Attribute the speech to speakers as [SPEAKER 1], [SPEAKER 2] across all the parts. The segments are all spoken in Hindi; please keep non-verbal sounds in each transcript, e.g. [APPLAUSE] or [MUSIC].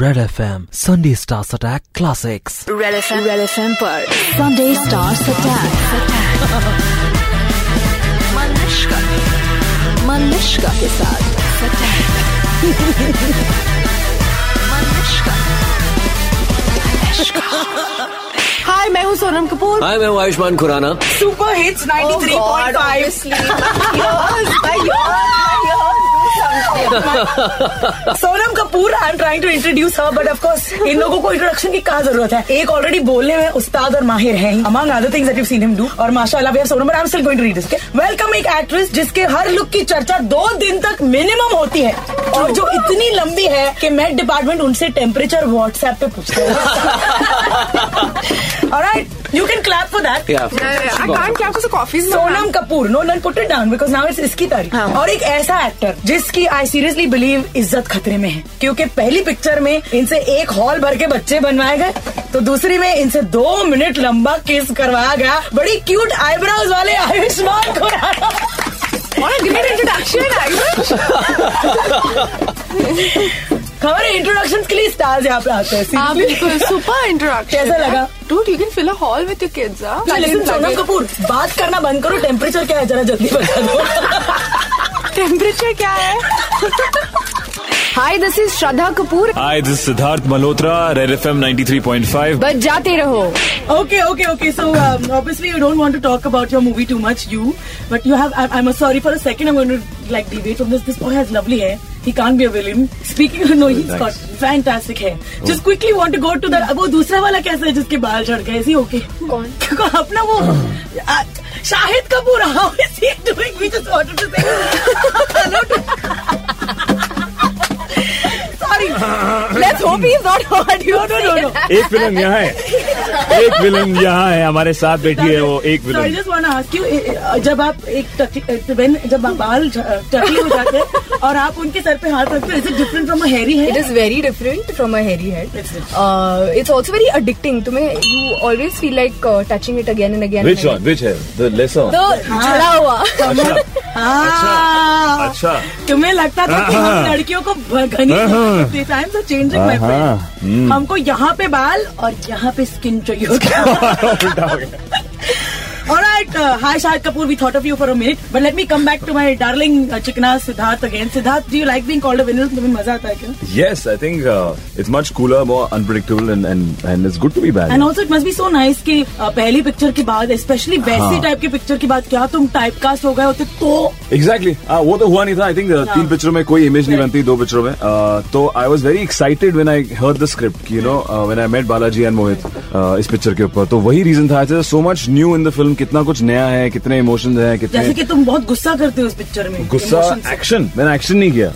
[SPEAKER 1] Red F M Sunday stars attack classics
[SPEAKER 2] red F M red F M पर Sunday stars attack Malishka Malishka के साथ
[SPEAKER 3] हाय मैं हूँ सोनम कपूर
[SPEAKER 4] हाय मैं हूँ Ayushmann Khurrana
[SPEAKER 3] super hits 93.5
[SPEAKER 2] God,
[SPEAKER 3] Oh, [LAUGHS] Yours, by yours, by yours, do something. Sonam Kapoor I am trying to introduce her but of course इन लोगों को इंट्रोडक्शन की कहा जरूरत है एक ऑलरेडी बोलने में उस्ताद और माहिर हैं among other things that you seen him do और माशाल्लाह we have Sonam I am still going to read this welcome एक एक्ट्रेस जिसके हर लुक की चर्चा दो दिन तक मिनिमम होती है और जो इतनी लंबी है कि मेट डिपार्टमेंट उनसे टेम्परेचर व्हाट्सएप पे [LAUGHS] पूछता है alright you can clap for that
[SPEAKER 4] Yeah.
[SPEAKER 5] I can't clap because the coffee is in my hand.
[SPEAKER 3] Sonam Kapoor no none put it down because now it's इसकी तारीफ
[SPEAKER 5] हाँ।
[SPEAKER 3] और एक ऐसा एक्टर जिसकी आई सीरियसली बिलीव इज्जत खतरे में है क्योंकि पहली पिक्चर में इनसे एक हॉल भर के बच्चे बनवाए गए तो दूसरी में इनसे दो मिनट लंबा किस करवाया गया बड़ी क्यूट आईब्रोज वाले Ayushmann Khurrana
[SPEAKER 5] What a great introduction, Ayush.
[SPEAKER 3] हमारे इंट्रोडक्शन के लिए स्टार्स यहाँ पे आते हैं
[SPEAKER 5] हाँ
[SPEAKER 3] seriously.
[SPEAKER 5] बिल्कुल सुपर इंट्रोडक्शन
[SPEAKER 3] कैसा लगा?
[SPEAKER 5] Dude you can fill a hall with your kids हां
[SPEAKER 3] लेकिन सोनम कपूर बात करना बंद करो टेम्परेचर क्या है जरा जल्दी बता दो
[SPEAKER 5] टेम्परेचर क्या है hi this is Shraddha Kapoor
[SPEAKER 6] Hi, this is Siddharth Malhotra, Red FM 93.5.
[SPEAKER 2] [LAUGHS]
[SPEAKER 5] बच जाते रहो
[SPEAKER 3] Okay, okay, okay. So um, obviously you don't want to talk about your movie too much, you. But you have. I, I'm sorry for a second. I'm going to like deviate from this. This boy has lovely hair. He can't be a villain. Speaking, [LAUGHS] no, he's got fantastic hair. Just quickly want to go to that. वो दूसरा वाला कैसा है जिसके बाल झड़ गए? Is he okay? [LAUGHS]
[SPEAKER 5] कौन?
[SPEAKER 3] क्योंकि अपना वो आ, Shahid Kapoor. How is he doing? We just wanted to say hello to. [LAUGHS] Sorry.
[SPEAKER 5] Let's hope he is not hurt you
[SPEAKER 3] No, no, [LAUGHS] no, no.
[SPEAKER 6] एक विलन यहाँ है एक विलन यहाँ है हमारे साथ बैठी है वो एक
[SPEAKER 3] So I
[SPEAKER 6] villain
[SPEAKER 3] just want to ask you, eh, eh, जब आप एक टकली- when- जब आप बाल टकले हो जाते हैं और आप उनके सर पे हाथ रखते हो इज इट डिफरेंट फ्रॉम हेरी
[SPEAKER 7] It
[SPEAKER 3] है
[SPEAKER 7] is very different from a hairy head.
[SPEAKER 6] अच्छा।
[SPEAKER 3] It's different.
[SPEAKER 7] Uh, it's also very addicting. To me, you always feel like uh, touching it again and again.
[SPEAKER 6] Which
[SPEAKER 7] and
[SPEAKER 6] one?
[SPEAKER 7] again.
[SPEAKER 6] Which hair? The lesser one?
[SPEAKER 7] The jada hua.
[SPEAKER 3] हाँ।
[SPEAKER 6] अच्छा
[SPEAKER 3] तुम्हें लगता था कि हम लड़कियों को ब- घनी
[SPEAKER 6] हाँ।
[SPEAKER 3] टाइम्स आर चेंजिंग माय
[SPEAKER 6] हाँ,
[SPEAKER 3] फ्रेंड हमको यहाँ पे बाल और यहाँ पे स्किन चाहिए
[SPEAKER 6] [LAUGHS]
[SPEAKER 3] Alright, uh, hi Shahid Kapoor. We thought of you for a minute, but let me come back to my darling uh, chikna Siddharth again. Siddharth, do you like being called a winner? तुम्हें मजा आता है क्या?
[SPEAKER 6] Yes, I think uh, it's much cooler, more unpredictable, and, and, and it's good to be back.
[SPEAKER 3] And also it must be so nice कि अ, पहली पिक्चर के बाद स्पेशली वैसी
[SPEAKER 6] हाँ।
[SPEAKER 3] टाइप की पिक्चर के बाद क्या तुम टाइप कास्ट हो गए होते तो
[SPEAKER 6] एग्जैक्टली exactly. uh, वो तो हुआ नहीं था आई थिंक तीन पिक्चरों में कोई इमेज नहीं बनती दो पिक्चरों में uh, तो I was very excited when I heard the script you know when I met Balaji and Mohit uh, इस पिक्चर के ऊपर तो वही रीजन था so much new in the film कितना कुछ नया है कितने इमोशंस हैं
[SPEAKER 3] जैसे
[SPEAKER 6] कितने
[SPEAKER 3] कि तुम बहुत गुस्सा करते हो इस पिक्चर में
[SPEAKER 6] गुस्सा
[SPEAKER 3] Emotions से।
[SPEAKER 6] एक्शन मैंने एक्शन नहीं किया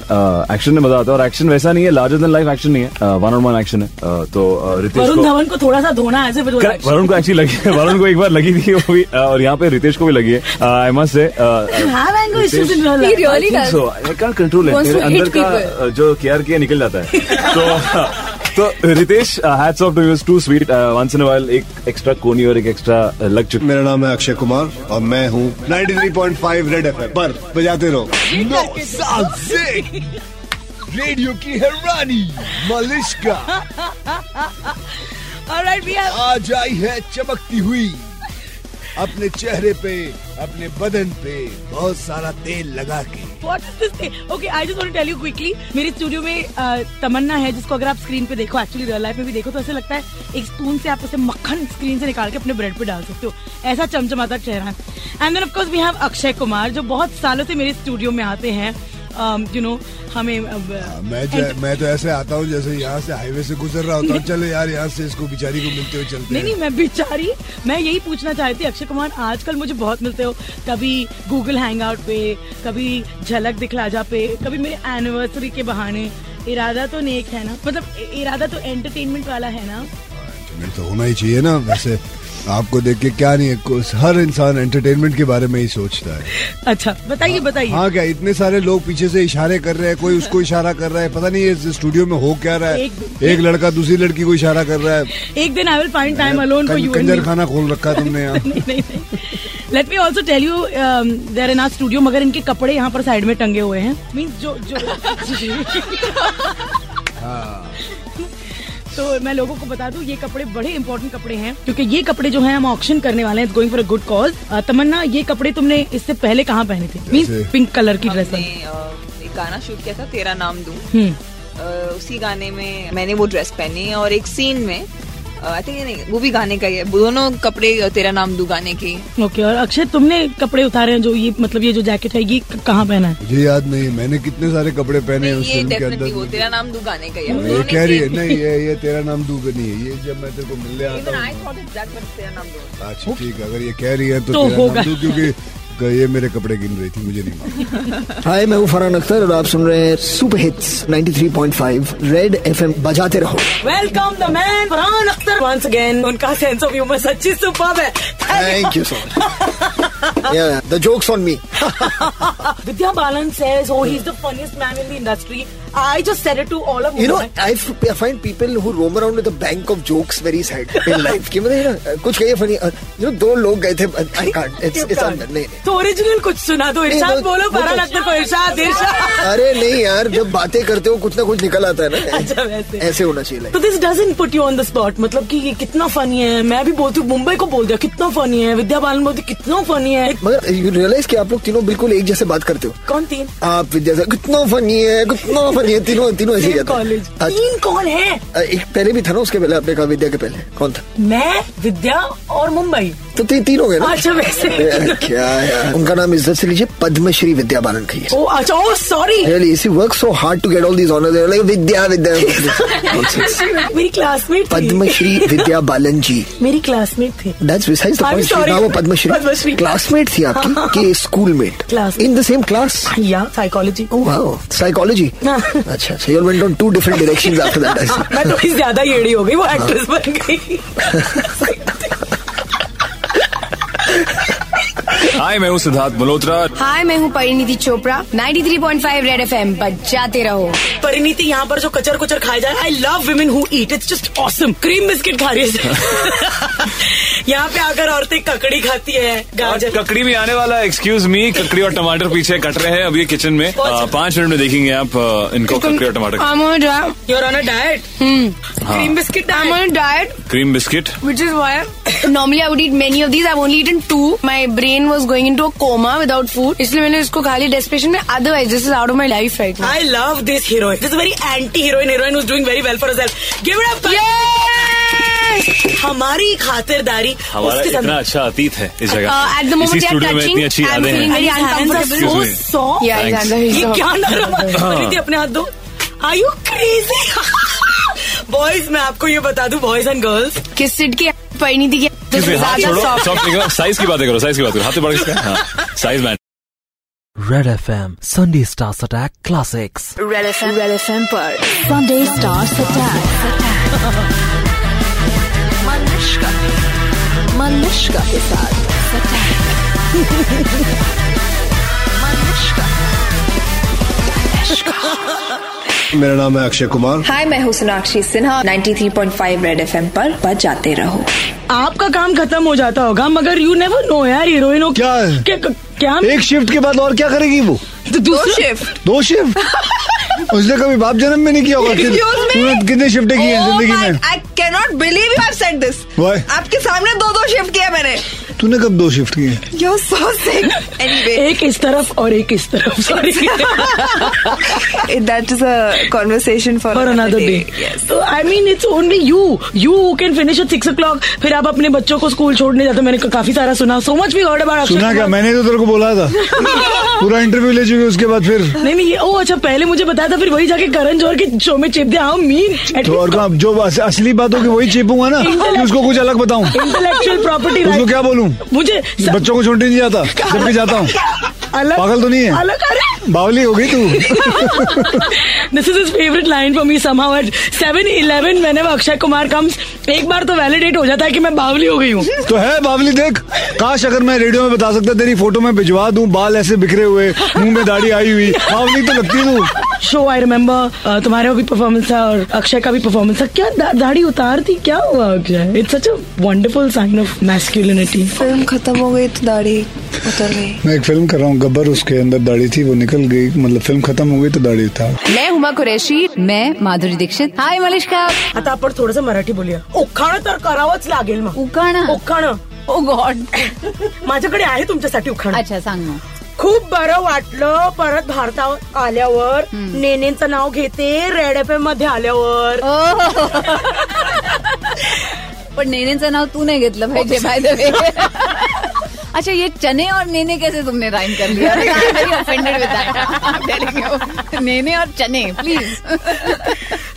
[SPEAKER 6] एक्शन में मजा आता है और एक्शन वैसा नहीं है लार्जर देन लाइफ एक्शन नहीं है वन ऑन वन एक्शन है Uh, तो uh, रितेश
[SPEAKER 3] वरुण
[SPEAKER 6] को
[SPEAKER 3] धवन को थोड़ा सा धोना एज ए
[SPEAKER 6] Correct. वरुण को एक्चुअली लगी है वरुण को एक बार लगी थी वो भी uh, और यहाँ पे रितेश को भी लगी है I must say
[SPEAKER 3] have anger issues in your
[SPEAKER 7] He
[SPEAKER 3] life
[SPEAKER 7] really does.
[SPEAKER 6] So I can't control
[SPEAKER 7] Wants
[SPEAKER 6] मेरे
[SPEAKER 7] to
[SPEAKER 6] अंदर
[SPEAKER 7] hit
[SPEAKER 6] का
[SPEAKER 7] people.
[SPEAKER 6] अ, जो केयर किया निकल जाता है तो तो Ritesh hats off to you too sweet once in while एक एक्स्ट्रा कोनी और एक एक्स्ट्रा लग चुकी
[SPEAKER 8] मेरा नाम है अक्षय कुमार और मैं हूँ 93.5 रेड एफ पर बजाते रहो नौ साल से रेडियो की हैरानी Malishka
[SPEAKER 3] alright we have
[SPEAKER 8] आज आई है चमकती हुई अपने चेहरे पे अपने बदन पे बहुत सारा तेल लगा के
[SPEAKER 3] what is this okay I just want to tell you quickly मेरे स्टूडियो में अ, तमन्ना है जिसको अगर आप स्क्रीन पे देखो एक्चुअली रियल लाइफ में भी देखो तो ऐसा लगता है एक स्पून से आप उसे मक्खन स्क्रीन से निकाल के अपने ब्रेड पे डाल सकते हो ऐसा चमचमाता चेहरा and then of course we have Akshay Kumar जो बहुत सालों से मेरे स्टूडियो में आते हैं यू नो हमें अब,
[SPEAKER 8] हाँ, मैं जो मैं तो ऐसे आता हूँ जैसे यहाँ से हाईवे से गुजर रहा [LAUGHS] होता हूँ चलो यार यहाँ से इसको बिचारी को मिलते हुए चलते
[SPEAKER 3] नहीं नहीं
[SPEAKER 8] हैं
[SPEAKER 3] मैं बेचारी मैं यही पूछना चाहती थी अक्षय कुमार आजकल मुझे बहुत मिलते हो कभी गूगल हैंगआउट पे कभी झलक दिखलाजा पे कभी मेरे एनिवर्सरी के बहाने इरादा तो नेक है ना मतलब इ- इरादा तो एंटरटेनमेंट वाला है ना
[SPEAKER 8] एंटरटेनमेंट तो होना ही चाहिए ना वैसे आपको देख के क्या नहीं है कुछ- हर इंसान एंटरटेनमेंट के बारे में ही सोचता है
[SPEAKER 3] अच्छा बताइए बताइए
[SPEAKER 8] हाँ क्या इतने सारे लोग पीछे से इशारे कर रहे हैं कोई उसको इशारा कर रहा है पता नहीं इस स्टूडियो में हो क्या रहा है
[SPEAKER 3] एक-
[SPEAKER 8] एक, लड़का दूसरी लड़की को इशारा कर रहा है
[SPEAKER 3] एक दिन I will find time alone for
[SPEAKER 8] कं-
[SPEAKER 3] यू
[SPEAKER 8] कंजर खाना खोल रखा है तुमने यहाँ
[SPEAKER 3] let me also tell you there in our studio मगर इनके कपड़े यहाँ पर साइड में टंगे हुए हैं मीन्स जो जो [LAUGHS] तो मैं लोगों को बता दूं ये कपड़े बड़े इंपॉर्टेंट कपड़े हैं क्योंकि ये कपड़े जो हैं हम ऑक्शन करने वाले हैं going for a good cause Uh, Tamannaah ये कपड़े तुमने इससे पहले कहाँ पहने थे मीन पिंक कलर की ड्रेस
[SPEAKER 4] हमने अ, uh, एक गाना शूट किया था तेरा नाम दूं
[SPEAKER 3] हम्म
[SPEAKER 4] अ, उसी गाने में मैंने वो ड्रेस पहनी और एक सीन में आई थिंक नहीं वो भी गाने का ही है दोनों कपड़े अ, तेरा नाम दूं गाने के ही।
[SPEAKER 3] ओके और अक्षय तुमने कपड़े उतारे हैं जो ये मतलब ये जो जैकेट है ये क- कहाँ पहना है
[SPEAKER 8] मुझे याद नहीं मैंने कितने सारे कपड़े पहने
[SPEAKER 4] नहीं,
[SPEAKER 8] उस
[SPEAKER 4] ये
[SPEAKER 8] फिल्म के
[SPEAKER 4] डेफिनेटली वो
[SPEAKER 8] अंदर
[SPEAKER 4] तेरा नाम दूं गाने का ही है।
[SPEAKER 8] ये
[SPEAKER 4] दोनों ने
[SPEAKER 8] कह
[SPEAKER 4] [LAUGHS]
[SPEAKER 8] रही है
[SPEAKER 4] same-
[SPEAKER 8] नहीं ये ये तेरा नाम दूबे नहीं है ये जब मैं तेरे को मिलने
[SPEAKER 4] Even
[SPEAKER 8] आता
[SPEAKER 4] I
[SPEAKER 8] हूँ
[SPEAKER 4] thought it's that, but तेरा नाम दूं।
[SPEAKER 8] अच्छा ठीक है अगर ये कह रही है तो,
[SPEAKER 3] तो
[SPEAKER 8] तेरा
[SPEAKER 3] होगा।
[SPEAKER 8] नाम दूं क्योंकि ये मेरे कपड़े गिन रही थी मुझे नहीं मालूम।
[SPEAKER 9] हाय मैं हूँ फरहान अख्तर और आप सुन रहे हैं सुपर हिट्स 93.5 रेड एफएम बजाते रहो
[SPEAKER 3] welcome the man Farhan Akhtar once again उनका सेंस ऑफ ह्यूमर सच्ची सुपर है
[SPEAKER 9] thank you so [LAUGHS] much the joke's on me
[SPEAKER 3] Vidya Balan says, "Oh, he's the funniest man in the industry." I just said it to all of
[SPEAKER 9] you
[SPEAKER 3] you.
[SPEAKER 9] No I find people who roam around with a bank of jokes very sad in life की मतलब you know, कुछ कहिए फनी यू नो दो लोग गए थे आई कांट इट्स इट्स नहीं नहीं।
[SPEAKER 3] तो ओरिजिनल कुछ सुना दो इरशाद
[SPEAKER 9] वो-
[SPEAKER 3] बोलो
[SPEAKER 9] वो
[SPEAKER 3] फरहान
[SPEAKER 9] तो-
[SPEAKER 3] अख्तर को इरशाद इरशाद
[SPEAKER 9] अरे नहीं यार जब बातें करते हो कुछ ना कुछ निकल आता है
[SPEAKER 3] [LAUGHS] अच्छा
[SPEAKER 9] ना
[SPEAKER 3] वैसे
[SPEAKER 9] ऐसे होना चाहिए like.
[SPEAKER 3] तो this doesn't put you on the spot मतलब कि ये कितना फनी है मैं भी बोलती हूँ मुंबई को बोल दिया कितना फनी है विद्या बालन बोलती कितना फनी है
[SPEAKER 9] मगर यू रियलाइज कि आप लोग तीनों बिल्कुल एक जैसे बात करते हो
[SPEAKER 3] कौन तीन
[SPEAKER 9] आप विद्या से कितना फनी है कितना फनी है तीनों तीनों ऐसे ही कहते हैं।
[SPEAKER 3] कॉलेज
[SPEAKER 9] अच्छा,
[SPEAKER 3] तीन कौन है
[SPEAKER 9] अ, एक पहले भी था ना उसके पहले आपने कहा विद्या के पहले कौन था
[SPEAKER 3] मैं विद्या और
[SPEAKER 9] [LAUGHS]
[SPEAKER 3] मुंबई
[SPEAKER 9] तो ती, तीन हो गए ना
[SPEAKER 3] अच्छा वैसे
[SPEAKER 9] अरे, क्या यार उनका नाम इज्जत से लीजिए पद्मश्री विद्या बालन की
[SPEAKER 3] ओ अच्छा
[SPEAKER 9] [LAUGHS]
[SPEAKER 3] ओ सॉरी
[SPEAKER 9] रियली इसी work so hard to get all these honours like Vidya Vidya Nonsense.
[SPEAKER 3] मेरी क्लासमेट थी
[SPEAKER 9] पद्मश्री विद्या बालन जी
[SPEAKER 3] मेरी क्लासमेट थी
[SPEAKER 9] That's besides the
[SPEAKER 3] I'm
[SPEAKER 9] point.
[SPEAKER 3] sorry.
[SPEAKER 9] ना वो पद्मश्री
[SPEAKER 3] पद्मश्री। हाँ,
[SPEAKER 9] क्लासमेट थी आपकी कि schoolmate
[SPEAKER 3] Classmate.
[SPEAKER 9] In the same class
[SPEAKER 3] या साइकोलॉजी
[SPEAKER 9] ओह वाओ साइकोलॉजी
[SPEAKER 3] हाँ।
[SPEAKER 9] अच्छा अच्छा you went on to different directions after that I
[SPEAKER 3] मैं थोड़ी ज्यादा येड़ी हो गई वो एक्ट्रेस बन गई
[SPEAKER 6] हाय मैं हूँ सिद्धार्थ मल्होत्रा
[SPEAKER 5] हाय मैं हूँ परिणीति चोपड़ा 93.5 रेड एफएम बजाते रहो
[SPEAKER 3] परिणीति यहाँ पर जो कचर कुचर खाया जा रहा है I love women who eat it's just awesome cream biscuit खा रही है [LAUGHS] यहाँ पे आकर औरतें ककड़ी खाती है
[SPEAKER 6] और
[SPEAKER 3] गाजर
[SPEAKER 6] ककड़ी में आने वाला एक्सक्यूज मी ककड़ी और टमाटर पीछे कट रहे हैं अभी किचन में आ, पाँच मिनट में देखेंगे आप आ, इनको ककड़ी और तो टमाटर
[SPEAKER 5] I
[SPEAKER 3] your on a diet cream biscuit diet
[SPEAKER 5] um diet
[SPEAKER 6] cream biscuit
[SPEAKER 5] which is why normally I would eat many of these. I've only eaten two. My brain was going into a coma without food. इसलिए मैंने इसको खा लिया desperation में. Otherwise, this is out of my life right now.
[SPEAKER 3] I love this heroine. This is a very anti-heroine heroine who's doing very well for herself. Give it up. Par- हमारी खातिरदारी
[SPEAKER 6] हमारा
[SPEAKER 3] उसके
[SPEAKER 6] इतना अच्छा अतीत है इस जगह
[SPEAKER 5] Uh, at the
[SPEAKER 6] पे।
[SPEAKER 5] moment
[SPEAKER 6] इसी
[SPEAKER 5] they are
[SPEAKER 6] स्टूडियो में
[SPEAKER 5] touching.
[SPEAKER 6] इतनी अच्छी
[SPEAKER 5] I'm
[SPEAKER 6] यादें
[SPEAKER 5] feeling
[SPEAKER 6] हैं
[SPEAKER 5] very uncomfortable.
[SPEAKER 6] Excuse me.
[SPEAKER 3] सो
[SPEAKER 5] Yeah,
[SPEAKER 6] Thanks.
[SPEAKER 5] Alexander, he's
[SPEAKER 3] ये
[SPEAKER 10] तो।
[SPEAKER 5] the-
[SPEAKER 3] क्या नरम परिणीति अपने हाथ दो आर यू [LAUGHS] क्रेजी बॉयज मैं आपको ये बता दूं बॉयज एंड गर्ल्स
[SPEAKER 5] किस सिट की परिणीति की तो
[SPEAKER 6] Excuse me, हाथ
[SPEAKER 5] ज्यादा
[SPEAKER 6] छोड़ो
[SPEAKER 5] soft.
[SPEAKER 6] सॉफ्ट निकलो साइज की बातें करो साइज की बात करो हाथ तो बड़ा किसका हाँ, size man
[SPEAKER 1] Red FM Sunday Stars Attack Classics.
[SPEAKER 2] Red FM, Red FM पर Sunday Stars Attack. Manishka, Manishka के साथ Attack. Manishka, Manishka.
[SPEAKER 8] मेरा नाम है अक्षय कुमार
[SPEAKER 11] हाय मैं हूँ सोनाक्षी सिन्हा 93.5 रेड एफएम पर बजाते रहो
[SPEAKER 3] आपका काम खत्म हो जाता होगा मगर यू नेवर नो यार हीरोइनों
[SPEAKER 8] क्या है?
[SPEAKER 3] क्या क्या
[SPEAKER 8] एक शिफ्ट के बाद और क्या करेगी वो
[SPEAKER 3] दूसरा
[SPEAKER 8] दो शिफ्ट उसने कभी बाप जन्म में नहीं किया होगा कि-
[SPEAKER 4] Excuse me?
[SPEAKER 8] तूने कितने शिफ्टें की हैं
[SPEAKER 4] Oh
[SPEAKER 8] जिंदगी में
[SPEAKER 4] I can not believe you have said this
[SPEAKER 8] Why?
[SPEAKER 4] आपके सामने दो दो शिफ्ट किया मैंने
[SPEAKER 8] तूने कब दो शिफ्ट की हैं
[SPEAKER 4] you are so sick [LAUGHS] anyway
[SPEAKER 3] एक इस तरफ और एक इस तरफ sorry
[SPEAKER 11] that is a conversation for
[SPEAKER 3] और अनदर डे तो I mean it's only you you can finish at six o'clock फिर आप अपने बच्चों को स्कूल छोड़ने जाते हो। मैंने क- काफी सारा सुना सो मच भी हर्ड अबाउट
[SPEAKER 8] सुना क्या मैंने तो तेरे को बोला था पूरा इंटरव्यू ले चुके उसके बाद फिर
[SPEAKER 3] नहीं नहीं ये ओ अच्छा पहले मुझे बताया था फिर वही जाके करण जौहर के शो में चिप दिया हाउ मीन
[SPEAKER 8] तो और कहाँ- जो अस- असली बात होगी वही चेपूंगा ना कि उसको कुछ अलग बताऊं तो
[SPEAKER 3] इंटेलेक्चुअल प्रॉपर्टी
[SPEAKER 8] उसको क्या बोलूं
[SPEAKER 3] मुझे सब-
[SPEAKER 8] बच्चों को छोड़ने नहीं जाता जबकि जाता हूँ
[SPEAKER 3] अलग
[SPEAKER 8] पागल तो नहीं है?
[SPEAKER 3] अलग अरे
[SPEAKER 8] बावली हो गई तू
[SPEAKER 3] this is is favourite line for me somehow at 7 eleven मैंने अक्षय कुमार कम्स एक बार तो वैलिडेट हो जाता है कि मैं बावली हो गई हूँ
[SPEAKER 8] तो है बावली देख काश अगर मैं रेडियो में बता सकता तेरी फोटो में भिजवा दूं बाल ऐसे बिखरे हुए मुंह में दाढ़ी आई हुई बावली तो लगती तू
[SPEAKER 3] शो आई रिमेम्बर तुम्हारा uh, भी परफॉर्मेंस था और अक्षय का भी परफॉर्मेंस था क्या दा- दाढ़ी उतार थी क्या हुआ Akshay it's such a wonderful sign of masculinity
[SPEAKER 11] film खत्म हो गई तो दाढ़ी उतर गई
[SPEAKER 12] मैं एक फिल्म कर रहा हूँ गब्बर उसके अंदर दाढ़ी थी वो निकल गई मतलब फिल्म खत्म हो गई तो दाढ़ी था
[SPEAKER 13] मैं हुमा कुरैशी मैं माधुरी दीक्षित हाय मलिष्का
[SPEAKER 5] Oh,
[SPEAKER 3] आता आपण थोडस मराठी बोलूया उखाणं तर करावंच लागेल मग
[SPEAKER 5] oh
[SPEAKER 13] उखाणं
[SPEAKER 3] उखाणं
[SPEAKER 13] ओ गॉड
[SPEAKER 3] माझ्याकडे आहे तुमच्यासाठी उखाणं
[SPEAKER 13] oh [LAUGHS] अच्छा सांग ना
[SPEAKER 3] खूप बरं वाटलं परत भारतात आल्यावर नेनेचं नाव घेते रेड एफ एम मध्ये आल्यावर
[SPEAKER 13] पण नेनेचं नाव तू नाही घेतलं पाहिजे बाय द वे अच्छा ये चने और नेने कैसे तुमने राइम कर लिया ऑफेंडेड विद नेने और चने प्लीज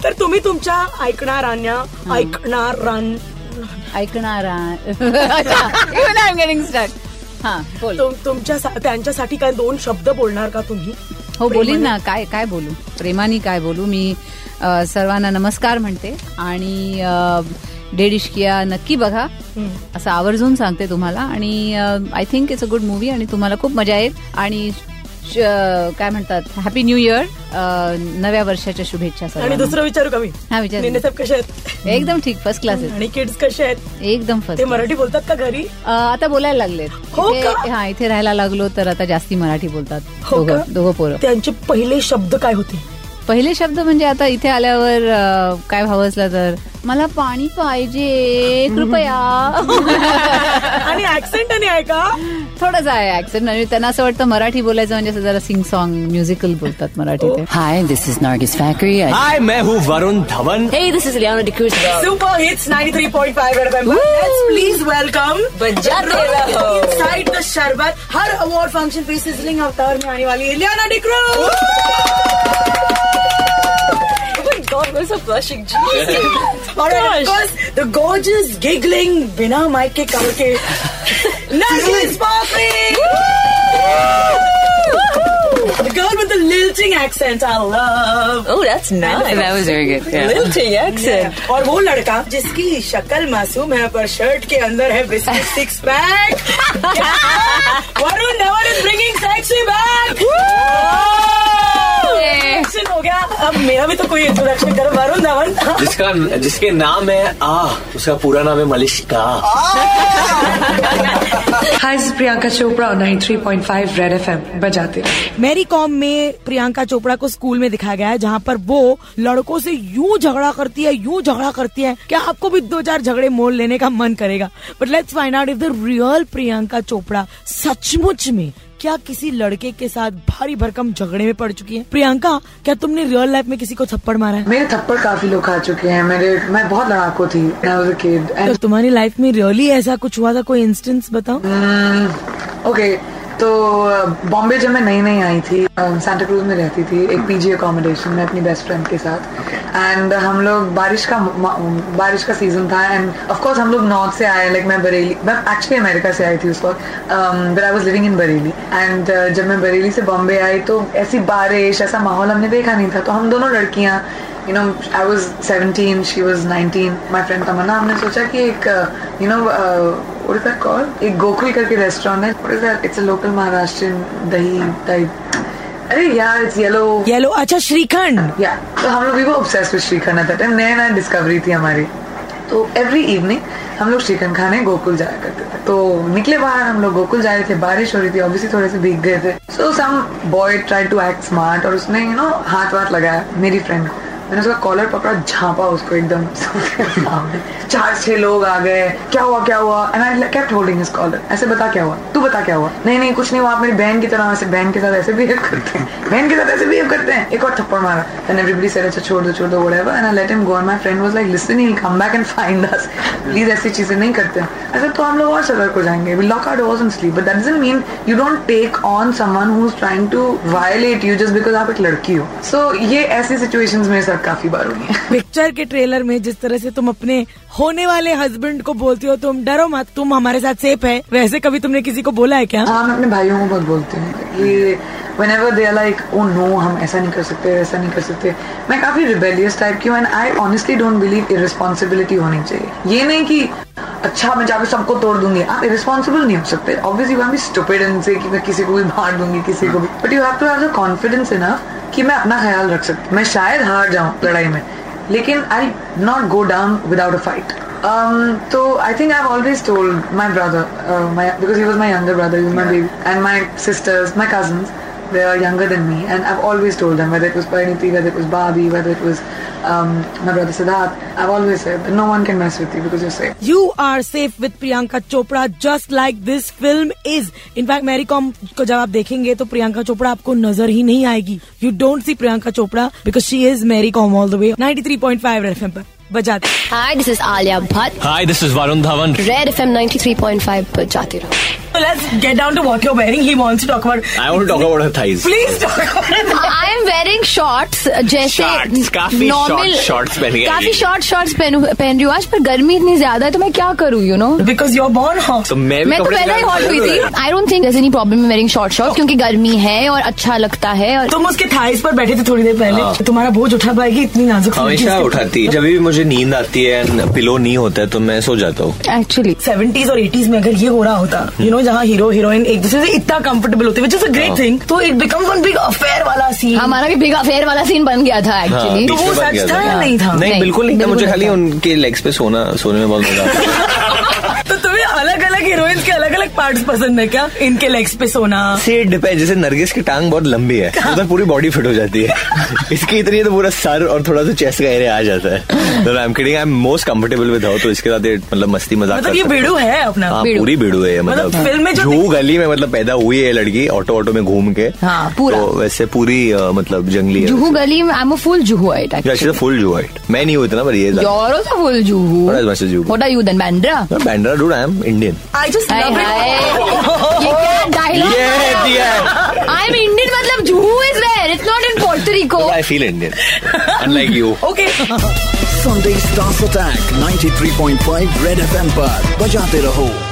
[SPEAKER 3] तर तुम्ही तुमच्या ऐकणारांना ऐकणारां
[SPEAKER 13] ऐकणार [LAUGHS] अच्छा, आय एम गेटिंग स्टार्ट हा
[SPEAKER 3] तुम- तुमच्या सा- त्यांच्यासाठी काय दोन शब्द बोलणार का तुम्ही
[SPEAKER 13] हो बोलीन
[SPEAKER 3] प्रेमाने.
[SPEAKER 13] ना काय काय बोलू प्रेमाने काय बोलू मी अ, सर्वांना नमस्कार म्हणते आणि अ, डेड इश्किया नक्की बघा असं आवर्जून सांगते तुम्हाला आणि I think it's a good movie आणि तुम्हाला खूप मजा येईल आणि श- अ, काय म्हणतात हॅपी न्यू इयर अ, नव्या वर्षाच्या शुभेच्छा
[SPEAKER 3] आणि
[SPEAKER 13] सर्वांना.
[SPEAKER 3] दुसरं विचारू का मी
[SPEAKER 13] हा विचार
[SPEAKER 3] नेने साहेब कसे आहेत
[SPEAKER 13] एकदम ठीक फर्स्ट क्लास
[SPEAKER 3] आणि किड्स कसे आहेत
[SPEAKER 13] एकदम फर्स्ट
[SPEAKER 3] ते मराठी हो बोलतात का घरी
[SPEAKER 13] आता बोलायला लागलेत इथे- हा इथे राहायला लागलो तर आता जास्ती मराठी बोलतात
[SPEAKER 3] हो का?
[SPEAKER 13] दोघं- दोघं पोरं
[SPEAKER 3] त्यांचे पहिले शब्द काय
[SPEAKER 13] [LAUGHS]
[SPEAKER 3] होते
[SPEAKER 13] पहिले शब्द म्हणजे आता इथे आल्यावर अ, काय भावसलं तर मला पाणी पाहिजे [LAUGHS] कृपया
[SPEAKER 3] आणि ऍक्सेंट आणि आहे का
[SPEAKER 13] थोडासा आहे ऍक्सेंट म्हणजे त्यांना असं वाटतं मराठी बोलायचं म्हणजे असं जरा सिंग सॉन्ग म्युझिकल बोलतात मराठी ते
[SPEAKER 14] hi this is Nargis Fakhri hi मैं हूँ Varun Dhawan
[SPEAKER 3] Hey, this is Liana DeCruz. Super hits 93.5 Red FM. Let's please welcome
[SPEAKER 14] बजाते रहो.
[SPEAKER 3] Inside the Sharbat. हर अवार्ड फंक्शन पे sizzling अवतार में आने वाली है Ileana D'Cruz God, we're so blushing. [LAUGHS] All right, of course, the gorgeous giggling बिना mic के कवर के Nargis Poppy. The girl with the lilting accent, I love.
[SPEAKER 15] Oh, that's nice. That was very good,
[SPEAKER 4] [LAUGHS]
[SPEAKER 15] yeah. Lilting accent.
[SPEAKER 3] Yeah. और वो लड़का जिसकी शक्ल मासूम है पर शर्ट के अंदर है biscuit six pack [LAUGHS] Varun Dhawan is bringing sexy back introduction हो गया अब मेरा भी तो कोई इंट्रोडक्शन करो वरुण धवन
[SPEAKER 14] जिसका जिसके नाम है आ उसका पूरा नाम है Malishka
[SPEAKER 10] hi Priyanka Chopra 93.5 red FM बजाते रहो
[SPEAKER 3] मेरी कॉम में प्रियंका चोपड़ा को स्कूल में दिखाया गया है जहाँ पर वो लड़कों से यूं झगड़ा करती है यूं झगड़ा करती है कि आपको भी दो चार झगड़े मोल लेने का मन करेगा but let's find out if the real Priyanka Chopra सचमुच में क्या किसी लड़के के साथ भारी भरकम झगड़े में पड़ चुकी है प्रियंका क्या तुमने रियल लाइफ में किसी को थप्पड़ मारा है
[SPEAKER 10] मेरे थप्पड़ काफी लोग खा चुके हैं मेरे मैं बहुत लड़ाकू थी किड
[SPEAKER 3] तो तुम्हारी लाइफ में रियली ऐसा कुछ हुआ था कोई इंस्टेंस बताओ
[SPEAKER 10] ओके तो अ, बॉम्बे जब मैं नई नई आई थी सांता क्रूज में रहती थी एक पीजी अकोमोडेशन में अपनी बेस्ट फ्रेंड के साथ एंड हम लोग बारिश का म- म- बारिश का सीजन था एंड ऑफ कोर्स हम लोग नॉर्थ से आए लाइक मैं बरेली मैं एक्चुअली अमेरिका से आई थी उस वक्त but I was living in Bareilly and जब मैं बरेली से बॉम्बे आई तो ऐसी बारिश ऐसा माहौल हमने देखा नहीं था तो हम दोनों लड़कियाँ you know I was seventeen she was nineteen my friend Tamanna हमने सोचा कि एक uh, you know what is that called? एक गोकुल करके रेस्टोरेंट है what is that? It's a local Maharashtrian dahi type. अरे यार इट्स येलो
[SPEAKER 3] येलो अच्छा श्रीखंड
[SPEAKER 10] या तो हम लोग भी वो obsessed with shrikhand at that time. नया नया डिस्कवरी थी हमारी तो एवरी इवनिंग हम लोग श्रीखंड खाने गोकुल जाया करते थे तो निकले बाहर हम लोग गोकुल जा रहे थे बारिश हो रही थी ऑब्वियसली थोड़े से भीग गए थे so some boy try to act smart और उसने यू नो हाथ वाथ लगाया मेरी फ्रेंड को मैंने उसका कॉलर पकड़ा झांपा उसको एकदम [LAUGHS] सामने चार छह लोग आ गए क्या हुआ क्या हुआ and I kept holding his collar ऐसे बता क्या हुआ तू बता क्या हुआ नहीं नहीं कुछ नहीं हुआ आप मेरी बहन की तरह ऐसे बहन के साथ ऐसे बिहेव करते हैं बहन के साथ ऐसे बिहेव करते हैं एक और थप्पड़ मारा एंड एवरीबडी सेड अच्छा छोड़ दो छोड़ दो whatever and I let him go and my friend was like listen he'll come back and find us please ऐसी चीजें नहीं करते हैं ऐसे तो हम लोग और सतर्क हो जाएंगे we lock our doors and sleep but that doesn't mean you don't take on someone who's trying to violate you just because आप एक लड़की हो so ये ऐसी situations मेरे साथ काफी बार हुई हैं
[SPEAKER 3] पिक्चर के ट्रेलर में जिस तरह से तुम अपने होने वाले हस्बैंड को बोलती हो तुम डरो मत तुम हमारे साथ सेफ है वैसे कभी तुमने किसी को बोला है क्या
[SPEAKER 10] हाँ मैं अपने भाइयों को बहुत बोलती हूँ ये whenever they like oh no "Oh, हम ऐसा नहीं कर सकते ऐसा नहीं कर सकते मैं काफी रिबेलियस टाइप की हूँ and I honestly don't believe irresponsibility होनी चाहिए ये नहीं कि अच्छा मैं जाकर सबको तोड़ दूंगी आप इरिस्पॉन्सिबल नहीं हो सकते ऑब्वियसली मैं भी स्टूपिड इनसे कि मैं किसी को भी मार दूंगी किसी को भी but you have to have the confidence enough कि मैं अपना ख्याल रख सकती हूँ। मैं शायद हार जाऊं लड़ाई में लेकिन I not go down without a fight Um, so I think I've always told my brother, uh, my because he was my younger brother, he was my baby, and my sisters, my cousins, they are younger than me, and I've always told them whether it was Pariniti, whether it was Bobby, whether it was um, my brother Siddharth, I've always said that no one can mess with you because you're safe.
[SPEAKER 3] You are safe with Priyanka Chopra, just like this film is. In fact, Mary Kom को जब आप देखेंगे तो प्रियंका चोपड़ा आपको नजर ही नहीं आएगी you don't see Priyanka Chopra because she is Mary Kom all the way 93.5 three point five F M पर बजाते
[SPEAKER 16] Hi, this is Alia Bhatt.
[SPEAKER 14] Hi, this is Varun Dhawan.
[SPEAKER 16] Red FM 93.5 पर जाते रहो
[SPEAKER 3] Let's get down to what you're wearing. He wants to talk about.
[SPEAKER 14] I want to talk about her thighs.
[SPEAKER 3] Please talk about it.
[SPEAKER 16] I am wearing shorts uh, जैसे
[SPEAKER 14] Shorts, काफी
[SPEAKER 16] normal-
[SPEAKER 14] short shorts पहन के आई
[SPEAKER 16] काफी
[SPEAKER 14] है।
[SPEAKER 16] शॉर्ट शॉर्ट्स पहन पहन रही हूँ आज पर गर्मी इतनी ज्यादा है तो मैं क्या करूँ you know
[SPEAKER 3] because you are born hot
[SPEAKER 14] तो मैं भी
[SPEAKER 16] मैं तो
[SPEAKER 14] कपड़े
[SPEAKER 16] पहले ही
[SPEAKER 14] निकाल
[SPEAKER 16] हॉट हुई थी
[SPEAKER 14] रहा
[SPEAKER 16] I don't think there's any problem in wearing short shorts क्योंकि गर्मी है और अच्छा लगता है और
[SPEAKER 3] तुम उसके थाइस पर बैठे थे थोड़ी देर
[SPEAKER 14] हाँ।
[SPEAKER 3] पहले तुम्हारा बोझ उठा पाएगी इतनी नाजुक सी लड़की
[SPEAKER 14] हमेशा
[SPEAKER 3] इसके-
[SPEAKER 14] उठाती है जब भी मुझे नींद आती है पिलो नहीं होता है तो मैं सो जाता हूँ
[SPEAKER 16] एक्चुअली
[SPEAKER 3] सेवेंटीज और एटीज में अगर ये हो रहा होता यू नो जहाँ हीरो हीरोइन एक दूसरे से इतना कंफर्टेबल होते विच इज अ ग्रेट
[SPEAKER 14] हाँ।
[SPEAKER 3] थिंग तो it becomes one big affair वाला तो सीन
[SPEAKER 16] हमारा भी बिग अफेयर वाला सीन बन गया था
[SPEAKER 14] हाँ,
[SPEAKER 16] एक्चुअली
[SPEAKER 14] बीच में बन गया नहीं बिल्कुल नहीं था मुझे खाली उनके लेग्स पे सोना सोने में बहुत मजा आता है।
[SPEAKER 3] तो तुम्हें अलग अलग हीरोइंस के अलग अलग पार्ट्स पसंद है क्या इनके लेग्स पे सोना
[SPEAKER 14] से डिपेंड जैसे नरगिस की टांग बहुत लंबी है तो उधर पूरी बॉडी फिट हो जाती है इसकी इतनी है तो पूरा सर और थोड़ा सा चेस्ट का एरिया आ जाता है तो I am kidding I am most comfortable with how तो इसके साथ ये मतलब मस्ती मजाक
[SPEAKER 3] मतलब
[SPEAKER 14] कर
[SPEAKER 3] ये
[SPEAKER 14] सकते हैं।
[SPEAKER 3] बेड़ू है अपना
[SPEAKER 14] हाँ, पूरी बेड़ू है ये,
[SPEAKER 3] मतलब
[SPEAKER 14] मतलब
[SPEAKER 3] फिल्म में जो
[SPEAKER 14] जू गली में मतलब पैदा हुई है लड़की ऑटो ऑटो में घूम के
[SPEAKER 16] हाँ, पूरा।
[SPEAKER 14] तो वैसे पूरी अ, मतलब जंगली है
[SPEAKER 16] जुहू गली I am a full Juhu I
[SPEAKER 14] full Juhuite मैं नहीं हूँ इतना पर ये
[SPEAKER 16] You're also full Juhu.
[SPEAKER 14] जू
[SPEAKER 16] What are you then, Bandra?
[SPEAKER 14] Bandra dude I am Indian
[SPEAKER 3] I just
[SPEAKER 16] हाय हाय
[SPEAKER 3] [LAUGHS]
[SPEAKER 16] ये क्या डायलॉग
[SPEAKER 14] ये दिया है।
[SPEAKER 16] आई एम इंडियन मतलब Juhu is where it's not in Puerto Rico
[SPEAKER 14] I feel Indian unlike you
[SPEAKER 3] okay
[SPEAKER 17] Sunday Stars Attack 93.5 Red FM पर बजाते रहो